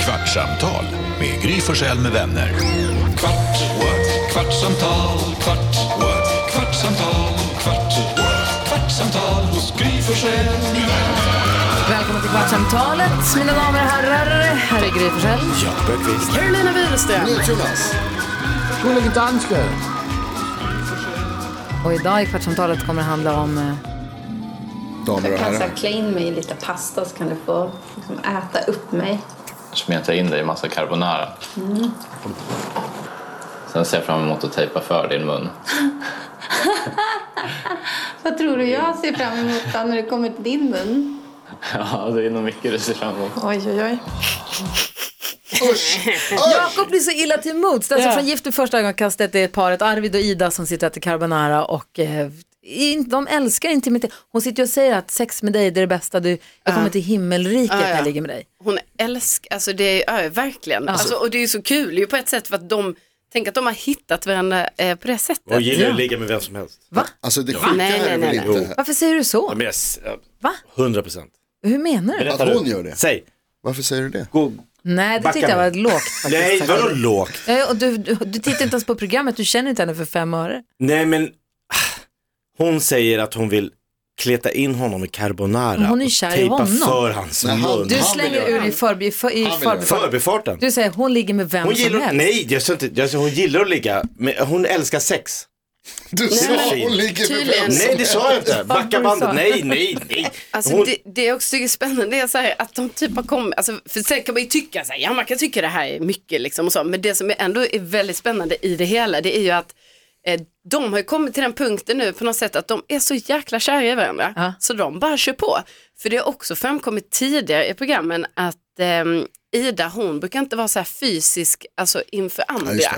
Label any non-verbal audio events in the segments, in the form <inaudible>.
Kvartsamtal med Gry Forssell med vänner. Kvart, what? kvartsamtal, kvart, what? kvartsamtal, kvart, what? kvartsamtal hos Gry Forssell med vänner. Välkomna till Kvartsamtalet, mina damer och herrar. Här är Gry Forssell. Carolina Widerström. Jonas. Gullige danske. Och idag i Kvartsamtalet kommer det handla om... eh, Damer och Jag kan så herrar. här klä in mig i lite pasta så kan du få liksom, äta upp mig. smeta in dig i massa carbonara. Mm. Sen ser jag fram emot att tejpa för din mun. Vad tror du jag ser fram emot då när det kommer till din mun? <laughs> Ja, det är nog mycket du ser fram emot. Oj, oj, oj. Jakob blir så illa till mods. Den som från Gift i första ögonkastet är paret Arvid och Ida som sitter och äter carbonara och eh, in- de älskar intimitet. Hon sitter ju och säger att sex med dig det är det bästa. Du, jag kommer till himmelriket Ja, när ja. jag ligger med dig. Hon älskar, alltså det är ja, verkligen. Alltså, och det är ju så kul ju på ett sätt för att de, tänk att de har hittat varandra eh, på det sättet. Hon gillar ju att ligga med vem som helst. Va? Alltså det sjuka Nej, nej, är väl nej, nej. inte Varför säger du Ja, så? men jag s- ja, Va? 100 procent. Hur menar du? att hon gör det. Säg. Varför säger du det? Gå. Nej, det Backa tyckte jag mig. var lågt faktiskt. Nej, Tack. vadå lågt? Ja, Eh, och du, du, du tittar inte ens på programmet, du känner inte henne för fem öre. Nej, men ah, hon säger att hon vill kleta in honom i carbonara Hon är ju och kär i tejpa honom. för hans Men han- mun. Du vill slänger göra ur det. i förbi- i för- i Han vill göra det. förbifarten. Förbifarten. Du säger hon ligger med vem Hon som gillar, helst. nej, jag sa inte, jag sa, hon gillar att ligga, men hon älskar sex. Du sa men- hon ligger med Tydligen. vem som Nej, det sa jag <laughs> inte. Vad var Backa det du bandet. sa? Nej, nej, nej. Alltså Hon, det, det jag också tycker är spännande är så här att de typ har kommit, alltså, för sen kan man ju tycka så här, ja man kan tycka det här är mycket liksom och så, men det som är ändå är väldigt spännande i det hela det är ju att eh, de har ju kommit till den punkten nu på något sätt att de är så jäkla kära i varandra Ja. så de bara kör på. För det har också framkommit tidigare i programmen att ehm, Ida hon brukar inte vara så här fysisk alltså inför andra. just det.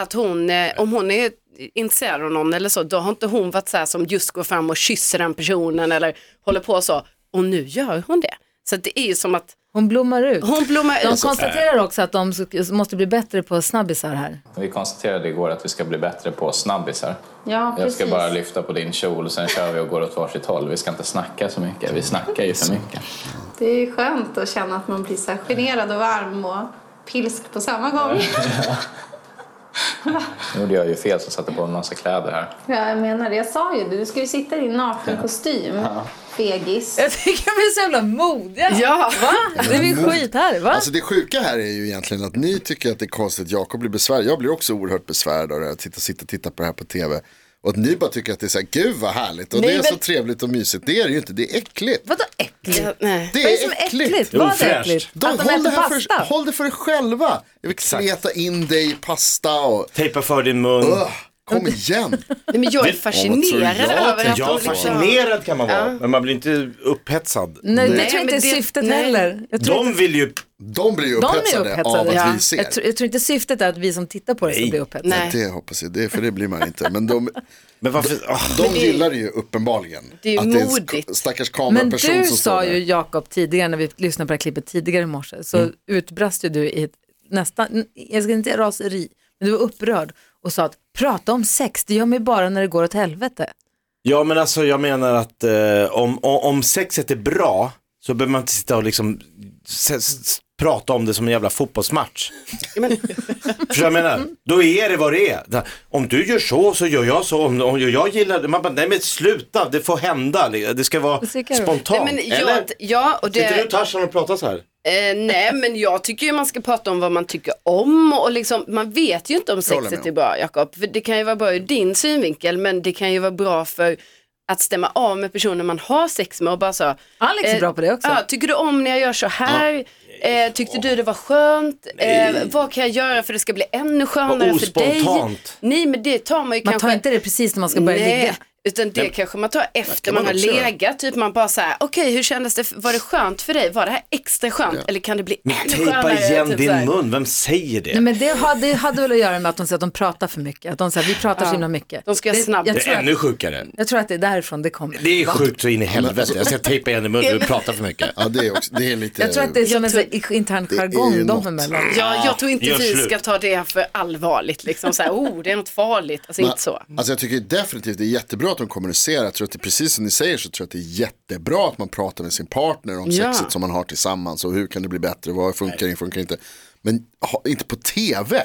att hon, eh, om hon är intresserad av någon eller så, då har inte hon varit så här som just går fram och kysser den personen eller håller på så. Och nu gör hon det. Så att det är ju som att Hon blommar ut. hon blommar De ut. konstaterar också att de s- måste bli bättre på snabbisar här. Vi konstaterade igår att vi ska bli bättre på snabbisar. Ja, Jag precis. ska bara lyfta på din kjol, sen kör vi och går åt varsitt håll. Vi ska inte snacka så mycket. Vi snackar ju för mycket. Det är ju skönt att känna att man blir så här generad och varm och pilsk på samma gång. Nu gjorde jag ju fel som satte på en massa kläder här. Ja, jag menar det. Jag sa ju det. Du ska ju sitta i din nakenkostym, fegis. Jag tycker vi är så jävla modiga. Ja, Va? Det är ju skit här, va? Alltså det sjuka här är ju egentligen att ni tycker att det är konstigt att Jakob blir besvärad. Jag blir också oerhört besvärad av det här. Titta, sitta och titta på det här på tv. Och att ni bara tycker att det är så här, gud vad härligt och Nej, det är så men- trevligt och mysigt. Det är det ju inte, det är äckligt. Vadå äckligt? Ja, nej. Det Vad är det som är äckligt? Vad är det Ofräscht. äckligt? De, att de håll, det äter här för, pasta? håll det för er själva. Jag vill kleta in dig i pasta och tejpa för din mun. Ugh, kom igen. Nej, men jag är tror fascinerad jag över att Ja, de liksom... fascinerad kan man vara, men man blir inte upphetsad. Nej, det tror jag Nej, inte är men det- syftet nej. heller. Jag tror De inte, vill ju De blir ju de upphetsade, är av upphetsade. att Ja. vi ser. Jag, tror, jag tror inte syftet är att vi som tittar på det ska Nej. bli upphetsade. Nej, Det hoppas jag, det, för det blir man inte. Men de, Men varför? ah. de gillar det ju uppenbarligen. det är ju att det är en modigt. sk- stackars Men kameraperson du som står sa ju där. Mm. Jakob tidigare när vi lyssnade på det här klippet tidigare i morse så utbrast ju du i ett nästan, jag ska inte säga raseri, men du var upprörd och sa att prata om sex, det gör mig bara när det går åt helvete. Ja men alltså jag menar att eh, om, om, om sexet är bra så behöver man inte sitta och liksom s- s- prata om det som en jävla fotbollsmatch. Förstår du vad jag menar? Då är det vad det är. Det här, Om du gör så så gör jag så, om, om jag gillar det, man bara nej men sluta, det får hända, det ska vara Vad tycker du? spontant. Nej, men Eller? jag, ja, och Sitter du det, och Tarzan och pratar så här? eh, nej, men jag tycker ju man ska prata om vad man tycker om och liksom, man vet ju inte om håller med sexet om. är bra Jakob. För Det kan ju vara bra ur din synvinkel men det kan ju vara bra för att stämma av med personer man har sex med och bara så. Alex är eh, bra på det också. Ja, tycker du om när jag gör så här? Eh, tyckte du det var skönt? Eh, vad kan jag göra för att det ska bli ännu skönare för dig? ospontant. Nej men det tar man ju Man kanske. tar inte det precis när man ska börja Nej, ligga. utan det kanske man tar efter man man, har också göra. legat. Typ man bara så här, okej hur kändes det, var det skönt för dig? Var det här extra skönt? Eller kan det bli ännu Tejpa skönare? igen typ så här. din mun, vem säger det? Nej, men det hade, det hade väl att göra med att de säger att de pratar för mycket, att de säger vi pratar så himla mycket. De ska göra Det- snabbt. Jag det tror, är ännu att, sjukare. jag tror att det är därifrån det kommer. Det är sjukt så in i helvete, jag ska tejpa igen din mun, du pratar för mycket. Ja, det är, också, <laughs> det är lite... Jag tror att det är som en sån här intern är ju jargong något. de emellan. Ja, jag tror inte gör vi slut. ska ta <laughs> det för allvarligt. Liksom så här, oh, det är något farligt. Alltså inte så. Alltså jag tycker definitivt det är jättebra att de kommunicerar. Jag tror att det, precis som ni säger så tror jag att det är jättebra att man pratar med sin partner om Ja. sexet som man har tillsammans och hur kan det bli bättre, vad funkar, Nej. funkar inte. Men ha, inte på <laughs> tv.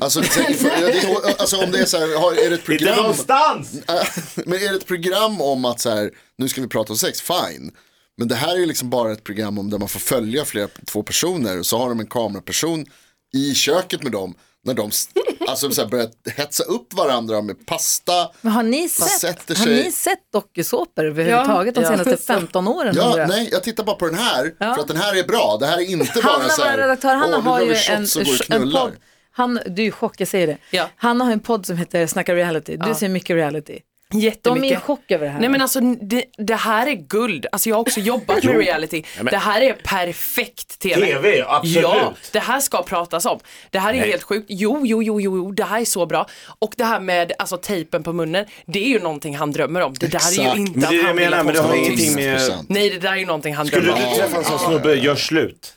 Alltså, tänk, för, ja, det, alltså om det är så här, har, är det ett Inte program? någonstans! <laughs> Men är det ett program om att så här, nu ska vi prata om sex, fine. Men det här är ju liksom bara ett program om där man får följa flera, två personer. Så har de en kameraperson i köket med dem. När <laughs> de s- alltså, så här, börjar hetsa upp varandra med pasta. Men har ni sätter sett, har sig- ni sett dokusåpor överhuvudtaget de Ja. senaste 15 åren? undrar Ja, jag? nej, jag tittar bara på den här. Ja. För att den här är bra. Det här är inte bara Hanna, så här. vår redaktör, Hanna "Åh, nu har drar ju vi en, shots och går och en knullar." podd. Han, du är i chock, jag säger det. Ja. Han har en podd som heter Snacka reality. Du ser mycket reality. De är i Jättemycket. chock över det här. Nej men alltså det, det här är guld. Alltså jag har också jobbat med reality. Det här är perfekt TV. TV, absolut. Ja, det här ska pratas om. Det här är helt sjukt. Jo, jo, jo, jo, jo, det här är så bra. Och det här med alltså tejpen på munnen, det är ju någonting han drömmer om. Det där är Exakt. ju inte Men det är det att jag han vill menar, att men folk det har ska vara ingenting tysta. med- 100%. Nej, det där är ju någonting han Skulle drömmer du om. träffa en sån snubbe, gör slut.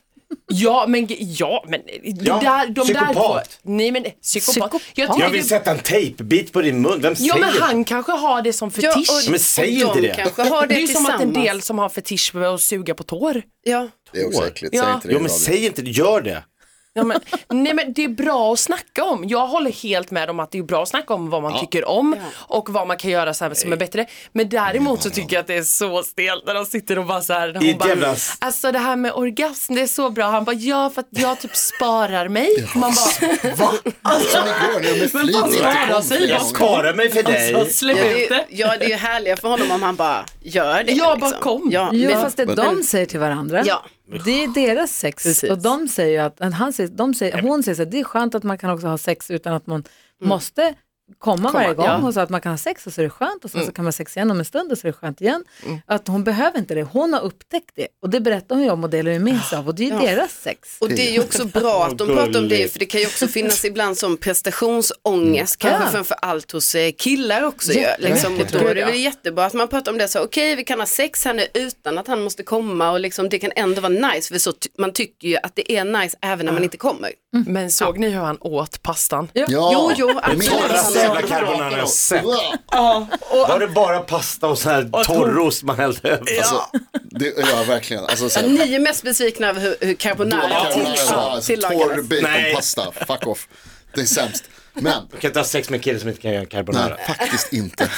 Ja, men ja, men Ja, de där, de där två, psykopat. nej men psykopat. Psykopat? Jag tycker- vill sätta en tejpbit på din mun, vem Ja men säger det? han kanske har det som fetisch. och- Men säg och inte de det. kanske har det, det är ju som att en tillsammans. del som har fetisch med att suga på tår. Ja. Det är också äckligt, Ja. säg inte det Jo i men radio. säg inte det, gör det. Ja, men, <laughs> nej men det är bra att snacka om. Jag håller helt med om att det är bra att snacka om vad man tycker om och vad man kan göra så här som är bättre. Men däremot så tycker jag att det är så stelt när de sitter och bara så här. När I hon ett bara, jävla- Alltså det här med orgasm, det är så bra. Han bara, ja för att jag typ sparar mig. Man bara, Va? <laughs> Som igår när jag med flit vad inte ska han kom säga? flera Jag gånger. Sparar mig för alltså dig. släpp Ja, det ut är, det. ju- ja, det är ju härligare för honom om han bara gör det. liksom. Ja, bara kom. Ja, Jo, men, fast det de säger till varandra, Ja. det är deras sex. Precis. Och de säger ju att, att han säger, de säger, hon säger så här, det är skönt att man kan också ha sex utan att man Mm. måste komma, varje gång. Hon sa att man kan ha sex och så är det skönt och sen Mm. så kan man ha sex igen om en stund och så är det skönt igen. Att hon behöver inte det, hon har upptäckt det. Och det berättar hon ju om och delar ju med sig av och det är ju deras sex. Och det är ju också bra att de Vad pratar om det gulligt. för det kan ju också finnas ibland som prestationsångest kanske Mm. Ja. framför allt hos eh, killar också ju. Jättemycket, Liksom, och då tror är det jag. väl jättebra att man pratar om det så okej vi kan ha sex här nu utan att han måste komma och liksom, det kan ändå vara nice för så ty- man tycker ju att det är nice även när man inte kommer. Mm. Men såg ni hur han åt pastan? Ja. Jo, jo, absolut. Minns Torra alla Torraste jävla de carbonara pratar jag om. sett. Wow. Var det bara pasta och sån här torrost man hällde över? Alltså, det, ja, verkligen. Alltså, så här, Ni är mest besvikna över hur, hur carbonara till, Alltså, torr tillagades. baconpasta, fuck off. Det är sämst. Men, Du kan inte ha sex med en kille som inte kan göra carbonara. nej, faktiskt inte.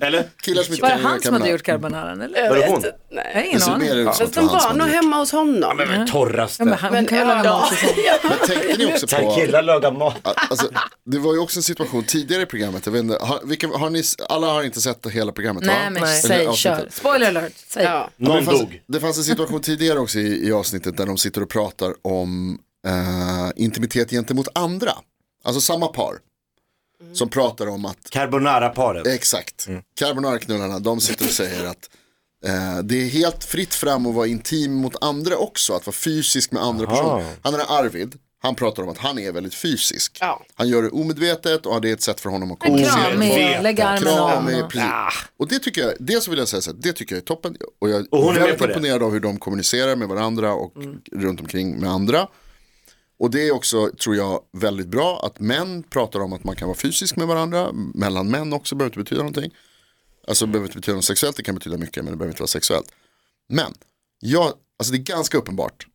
Eller? Killar som inte Var det kan han som göra hade carbonara. gjort carbonaran eller? Mm. Var det hon? Jag har Nej. ingen Det ser aning. mer ut som att Fast det var de han som var nog hade gjort. hemma hos honom. Men, men torraste. Men han Men, kan väl laga ja. mat till sig. Men tänkte ni också Sen på, killar lagar mat. alltså, det var ju också en situation tidigare i programmet, jag vet inte, har, vilka, har ni, alla har inte sett hela programmet va? <laughs> Nej men Nej. säg, Eller kör. avsnittet. Spoiler alert, säg. Ja. Någon det fanns, dog. Det fanns en situation tidigare också i, i avsnittet där de sitter och pratar om eh, intimitet gentemot andra. Alltså samma par. Mm. Som pratar om att Carbonara-paret. Exakt. Carbonara-knullarna, de sitter och säger att eh, det är helt fritt fram att vara intim mot andra också, att vara fysisk med andra personer. Han den här Arvid, han pratar om att han är väldigt fysisk. Ja. Han gör det omedvetet och det är ett sätt för honom att En kommunicera. kram med, lägg armen om. Kram är precis. Och det tycker jag, dels så vill jag säga så här, det tycker jag är toppen. Och jag Och hon är är med väldigt på det. imponerad av hur de kommunicerar med varandra och runt omkring med andra. Och det är också, tror jag, väldigt bra att män pratar om att man kan vara fysisk med varandra. Mellan män också behöver inte betyda någonting. Alltså det behöver inte betyda något sexuellt, det kan betyda mycket men det behöver inte vara sexuellt. Men, jag, alltså det är ganska uppenbart.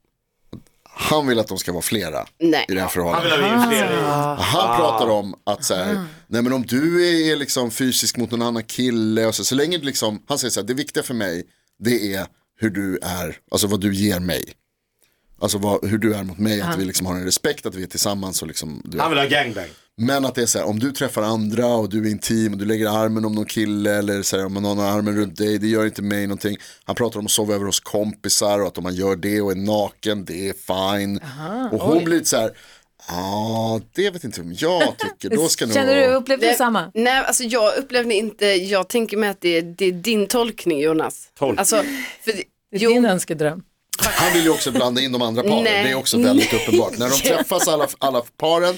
att Han vill att de ska vara flera Nej. i det här Han förhållandet. vill ha in fler i. Han pratar om att så här, nej men om du är liksom fysisk mot någon annan kille och så, så länge det liksom, han säger så här, det viktiga för mig det är hur du är, alltså vad du ger mig. Alltså vad, hur du är mot mig, att vi liksom har en respekt, att vi är tillsammans och liksom, du vet. Han vill ha gangbang. Men att det är så här, om du träffar andra och du är intim och du lägger armen om någon kille eller så här, om någon har armen runt dig, det gör inte mig någonting. Han pratar om att sova över hos kompisar och att om man gör det och är naken, det är fine. och hon blir lite så här, ja, det vet inte om <laughs> jag tycker, då ska nog... Känner du, upplevde du Nej, samma? Nej, alltså jag upplevde inte, jag tänker mig att det är, det är din tolkning Jonas. Tolk. Alltså, för, Det är jo, din önskedröm. Han vill ju också blanda in de andra paren, Nej. det är också väldigt <laughs> uppenbart. När de träffas alla, alla paren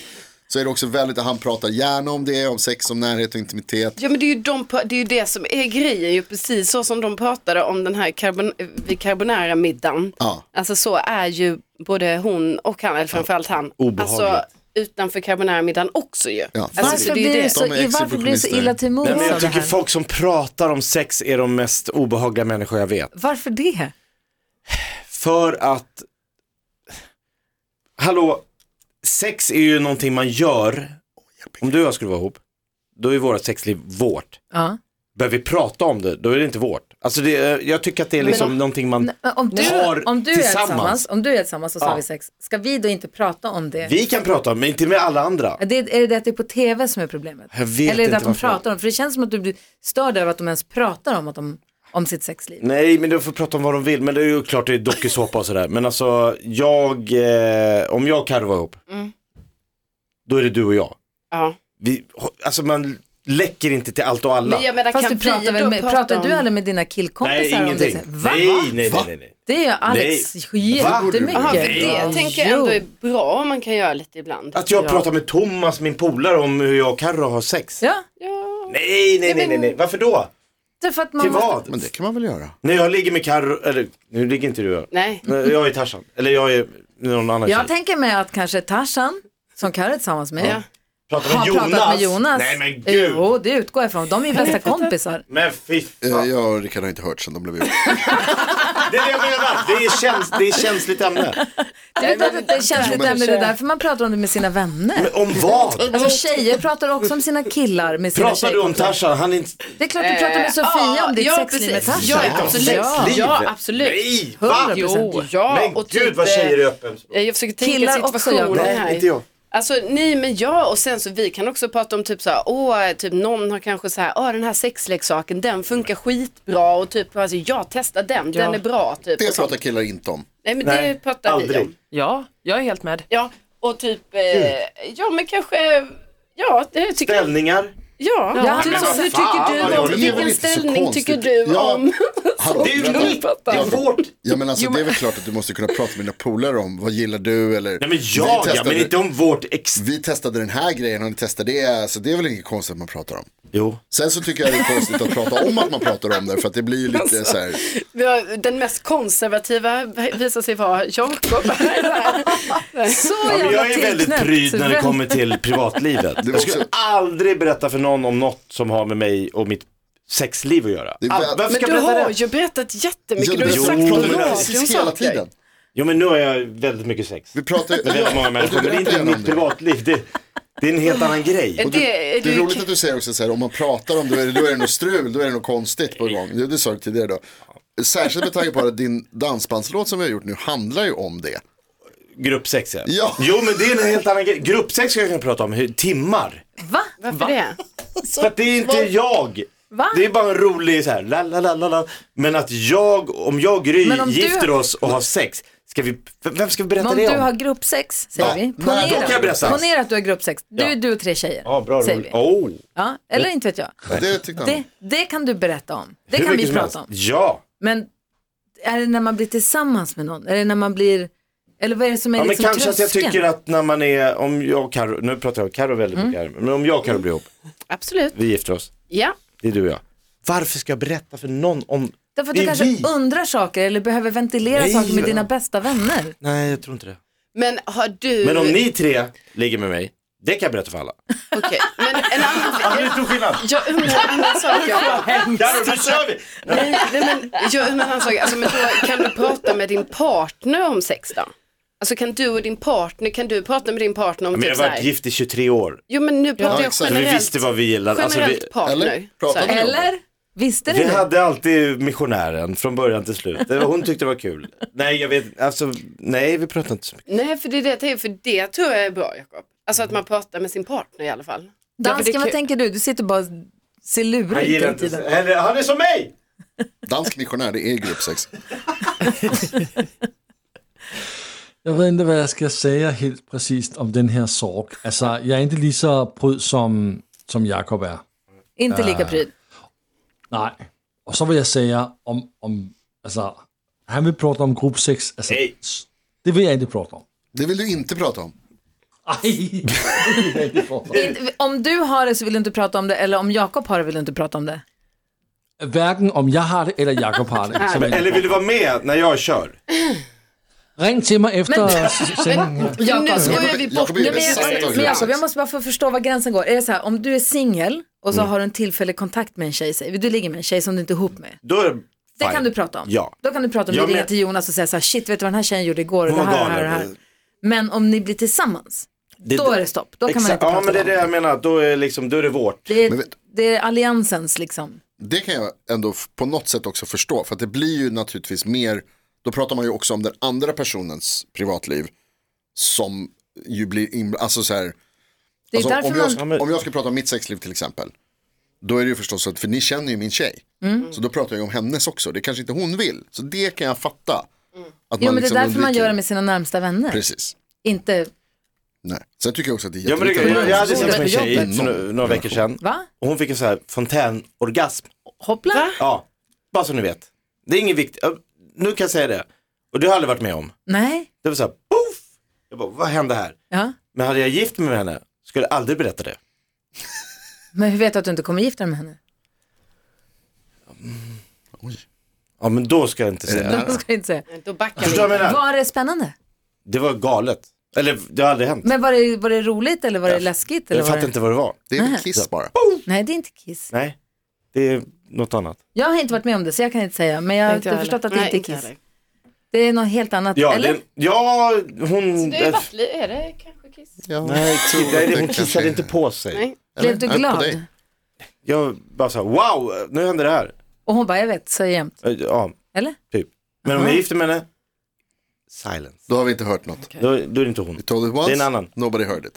så är det också väldigt, han pratar gärna om det, om sex, om närhet och intimitet. ja, men det, är ju de, pra- det är ju det som är grejen, ju precis så som de pratade om den här carbon, vid carbonara-middagen. Ja. Alltså så är ju både hon och han, eller framförallt han. Obehagligt. Alltså, utanför carbonara-middagen också ju. Ja. Alltså, så Varför det är ju blir det. det så, De är varför blir det så illa till mods Nej, men jag av det tycker här? folk som pratar om sex är de mest obehagliga människor jag vet. Varför det? För att, hallå, sex är ju någonting man gör. Om du och jag skulle vara ihop, då är vårt sexliv vårt. Ja. Börjar vi prata om det, då är det inte vårt. Alltså det, är- jag tycker att det är liksom någonting man Men Om du, har om, du är tillsammans. tillsammans, om du är tillsammans och så Ja. har vi sex, ska vi då inte prata om det? Vi kan prata om, men inte med alla andra. Är det, är det det att det är på tv som är problemet? Jag vet Eller är det inte att de varför. pratar om det? För det känns som att du blir störd över att de ens pratar om, att de, om sitt sexliv. Nej, men de får prata om vad de vill. Men det är ju klart det är dokusåpa och sådär. Men alltså, jag, eh, om jag och Carro var ihop, Mm. då är det du och jag. Ja. Vi, alltså man läcker inte till allt och alla. Men jag menar, Fast kan du pratar, vi då väl med, prata pratar om... du aldrig med dina Nej, killkompisar om ingenting. det? Va? nej, nej, Va? nej, nej. Det gör Alex jättemycket. Jaha, för det Ja. tänker jag ändå Jo. är bra om man kan göra lite ibland. Att jag Ja. pratar med Thomas, min polare, om hur jag och Carro har sex. Ja, Nej, nej, nej, nej, nej. Varför då? därför att man Till måste... vad? Men det kan man väl göra? När jag ligger med Carro, eller nu ligger inte du här. Nej. Nej, Jag är Tarzan, eller jag är någon annan Jag tjej. tänker mig att kanske Tarzan, som Carro är tillsammans med, Ja. Pratar har med Jonas. pratat med Jonas. Nej men gud. Jo, det utgår jag ifrån. De är ju bästa kompisar. Men fy fan. Eh, Jag och Rickard har inte hört sen de blev ihop. Det är det jag menar. Det är, käns det är känsligt ämne. Det är klart att det är ett känsligt ämne, det är därför man pratar om det med sina vänner. Men om vad? Alltså tjejer pratar också om sina killar med sina Pratar du om tjejkompisar. Tarzan? Han är inte... Det är klart du pratar med Sofia ja, om ditt Eh, ja, sexliv med precis. Tarzan. Ja, Inte om absolut. sexlivet. Ja, absolut. Nej, va? 100%. ja, Men och gud typ, vad tjejer är eh, öppen. Jag försöker tänka Killar också situationen gör det. här. Nej, inte jag. Alltså nej men ja och sen så vi kan också prata om typ så här, åh, typ någon har kanske så här, åh den här sexleksaken den funkar skitbra och typ, alltså, jag testar den, den är bra typ. och Det sånt. pratar killar inte om. Nej men Nej, det pratar vi aldrig. om. Ja, jag är helt med. Ja, och typ, eh, ja men kanske, eh, ja, det tycker jag. Ställningar. Ja, typ men så, vad hur fan, tycker vad du om, håller vi på vilken med? Det är så ställning konstigt. tycker du Ja. om? <laughs> Hallå, Det är vänta. unikt. Det är vårt. Ja men alltså det är väl klart att du måste kunna prata med dina polare om vad gillar du eller Nej men vi, jag ja, testade, men inte om vårt ex. vi testade den här grejen och ni testade det så det är väl inget konstigt att man pratar om. Jo. Sen så tycker jag det är konstigt att prata om att man pratar om det för att det blir ju Alltså, lite så här Vi har, den mest konservativa visar sig vara Jakob. <laughs> Så Ja, men jävla jag är väldigt tillknäppt. pryd när det kommer till privatlivet. Det är Jag skulle också- aldrig berätta för någon om något som har med mig och mitt sexliv att göra. Det är All... väl- Varför Men ska du jag berätta har det? ju berättat jättemycket. Ja, du det har är sagt Jo, på men det är radion precis hela saker. tiden. Jo men nu har jag väldigt mycket sex. Vi pratar Med väldigt många människor, men det är inte mitt privatliv. Det, det är en helt annan grej. Och Det du, är- det är du- roligt att du säger också så här, om man pratar om det, då är det, då är det något strul, då är det något konstigt på gång. Det, det sa du tidigare då. Särskilt med tanke på att din dansbandslåt som vi har gjort nu handlar ju om det. Gruppsex ja. Ja. Jo men det är en helt annan grej. Gruppsex kan jag prata om hur, timmar. Va? Varför det? För att det är inte jag. Va? Det är bara en rolig så här, la la la la la. Men att jag, om jag och Gry Men om du- gifter oss och har sex, ska vi, vem ska vi berätta Men om det du om? har gruppsex, säger Ja, vi. nej, då kan jag berätta. ponera att du har gruppsex. Du, Ja. du och tre tjejer. Ja, bra säger roligt. vi. Oh. Ja, eller inte vet jag. Det tyckte han. Det, om. det kan du berätta om. Det Hur kan vi mycket som prata om. helst. Ja. Men är det när man blir tillsammans med någon? Är det när man blir... Eller vad är det som är Ja, men liksom kanske att jag tröskeln? Mm. tycker att när man är, om jag och Karo, nu pratar jag om Karo väldigt mycket här, men om jag och Karo blir ihop, Absolut. vi gifter oss, Ja. det är du och jag. Varför ska jag berätta för någon om, Därför att det du är kanske vi. undrar saker eller behöver ventilera Nej, saker med va? dina bästa vänner. Nej, jag tror inte det. Men har du... Men om ni tre ligger med mig, det kan jag berätta för alla. Okej, men en annan... <laughs> Ja, det är stor skillnad. Jag undrar en <laughs> annan sak. Jakob. Karo, nu kör vi! Nej, nej, men jag undrar en annan sak. Alltså, men då, kan du prata med din partner om sex då? Alltså kan du och din partner, kan du prata med din partner om Men jag typ har så varit här- gift i 23 år. Jo men nu pratar jag Ja, exakt. Så vi generellt. visste vad vi gillade. Alltså, vi, Generellt partner. Eller? Pratade Så här. ni om det? Eller? Visste du vi det? hade alltid missionären från början till slut. Det var- Hon tyckte det var kul. Nej, jag vet, alltså, nej vi pratade inte så mycket. Nej, för det är det jag tänker, för det tror jag är bra Jakob. Alltså att man pratar med sin partner i alla fall. Ja, för det Dansken, kan- vad tänker du? Du sitter bara och ser lurig Han ut hela gillar inte, tiden. Eller, han är som mig! Dansk missionär, det är gruppsex. Jeg ved ikke, hvad jeg skal sige helt præcist om den her sorg. Altså, jeg er ikke lige så pryd, som, som Jakob er. Inte Ah. lika pryd. Nej. Og så vil jeg sige om, om altså, han vil prate om gruppe 6. Altså, Hey. s- det vil jeg ikke prate om. Det vill du inte prata om. Ej, <laughs> det vil jeg ikke prate Inte- Om du har det så vill du inte prata om det eller om Jakob har det vill du inte prata om det. om. Hverken om jeg har det, eller Jakob har det. Så vil jeg- Eller vill du vara med när jag kör? Ring till mig <laughs> efter Men- sändningen. här. Jakob, nu skojar Jakob- vi bort Jakob är Nej, men, besatt av jag, Julia men Jakob, Roberts. jag måste bara få förstå var gränsen går. Är det så här, om du är singel och så Mm. har du en tillfällig kontakt med en tjej, säger vi, du ligger med en tjej som du inte är ihop med. Då är det fine. Det kan du prata om. Ja. Då kan du prata om, Ja, du ringer men- till Jonas och säger så här, shit vet du vad den här tjejen gjorde igår, och Hon det var här, det här, det galen. här. Men om ni blir tillsammans, Det- då är det stopp. Då kan man Exakt. inte Ja, prata men det är om det jag menar. Då är, liksom, då är det vårt. det. Men Det är, vet- det är alliansens liksom. Det kan jag ändå f- på något sätt också förstå. För att det blir ju naturligtvis mer, då pratar man ju också om den andra personens privatliv. Som ju blir, in, alltså så här, Det är alltså, därför om, jag, man... ska- om jag ska prata om mitt sexliv till exempel. Då är det ju förstås så att, för ni känner ju min tjej. Mm. Så då pratar jag ju om hennes också. Det kanske inte hon vill. Så det kan jag fatta. Att Mm. Jo, men det är liksom därför man undviker- gör det med sina närmsta vänner. Precis. Inte, Nej. Sen tycker jag också att det är Ja, men det, jätteviktigt jag, att- jag hade sex Jobbet med en på tjej jobbet. för några, några veckor sedan. va? Och hon fick en sån här fontänorgasm. Hoppla? Ja, bara så ni vet. Det är ingen viktigt. ja, Nu kan jag säga det. Och det har jag aldrig varit med om. Nej? Det var så här, poof! Jag bara, vad hände här? Ja. Men hade jag gift mig med henne, skulle jag aldrig berätta det. Men hur vet du att du inte kommer gifta dig med henne? Ja, men då ska jag inte säga det. Det ska <laughs> jag inte säga. Då backar Förstår du vad jag menar? Var det spännande? Det var galet. Eller, det har aldrig hänt. Men var det, var det roligt eller var det Jag- läskigt? Eller Jag var fattar det... inte vad det var. Det är väl Nej. kiss bara. Nej, det är inte kiss. Nej, det är något annat. Jag har inte varit med om det så jag kan inte säga. Men jag Inte har jag förstått att det Nej, inte är inte jag kiss. heller. Det är något helt annat. Ja, eller? det, ja hon... Det är, vattli- är det kanske kiss? Ja. Nej, nej, det- hon kanske kissade är- inte på sig. Nej. Blev du Eller? Ja, på glad? dig. Jag bara sa, wow, nu händer det här. Och hon bara, jag vet, så jämt. Eh, Ja, Eller? typ. Men om jag gifter mig med henne, silence. Då har vi inte hört något. Då, då är det inte hon. We told it Det once, är en annan. nobody heard it.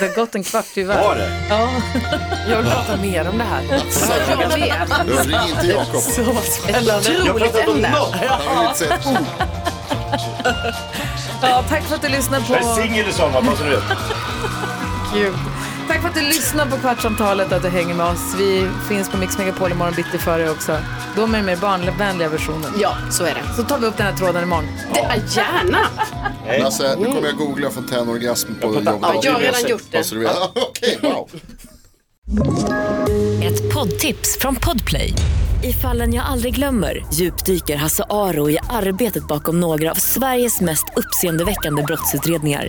Det har gått en kvart Var tyvärr. det? Ja. Jag vill prata mer om <laughs> det här. Jag vet. Ring inte Jakob. Jag har pratat om något. Han vill inte säga ett ord. ja, tack för att du lyssnade Jag är på... singel i sommar, bara så du vet. Tack för att du lyssnar på Kvartsamtalet och att du hänger med oss. Vi finns på Mix Megapol imorgon bitti för dig också. Då med den mer barnvänliga versionen. Ja, så är det. Så tar vi upp den här tråden imorgon. det är gärna. Lasse, nu kommer jag googla fontänorgasm på jobbet. Ja, jag har redan gjort det. Bara så du vet. Ah, Okej, wow. Ett poddtips från Podplay. I fallen jag aldrig glömmer djupdyker Hasse Aro i arbetet bakom några av Sveriges mest uppseendeväckande brottsutredningar.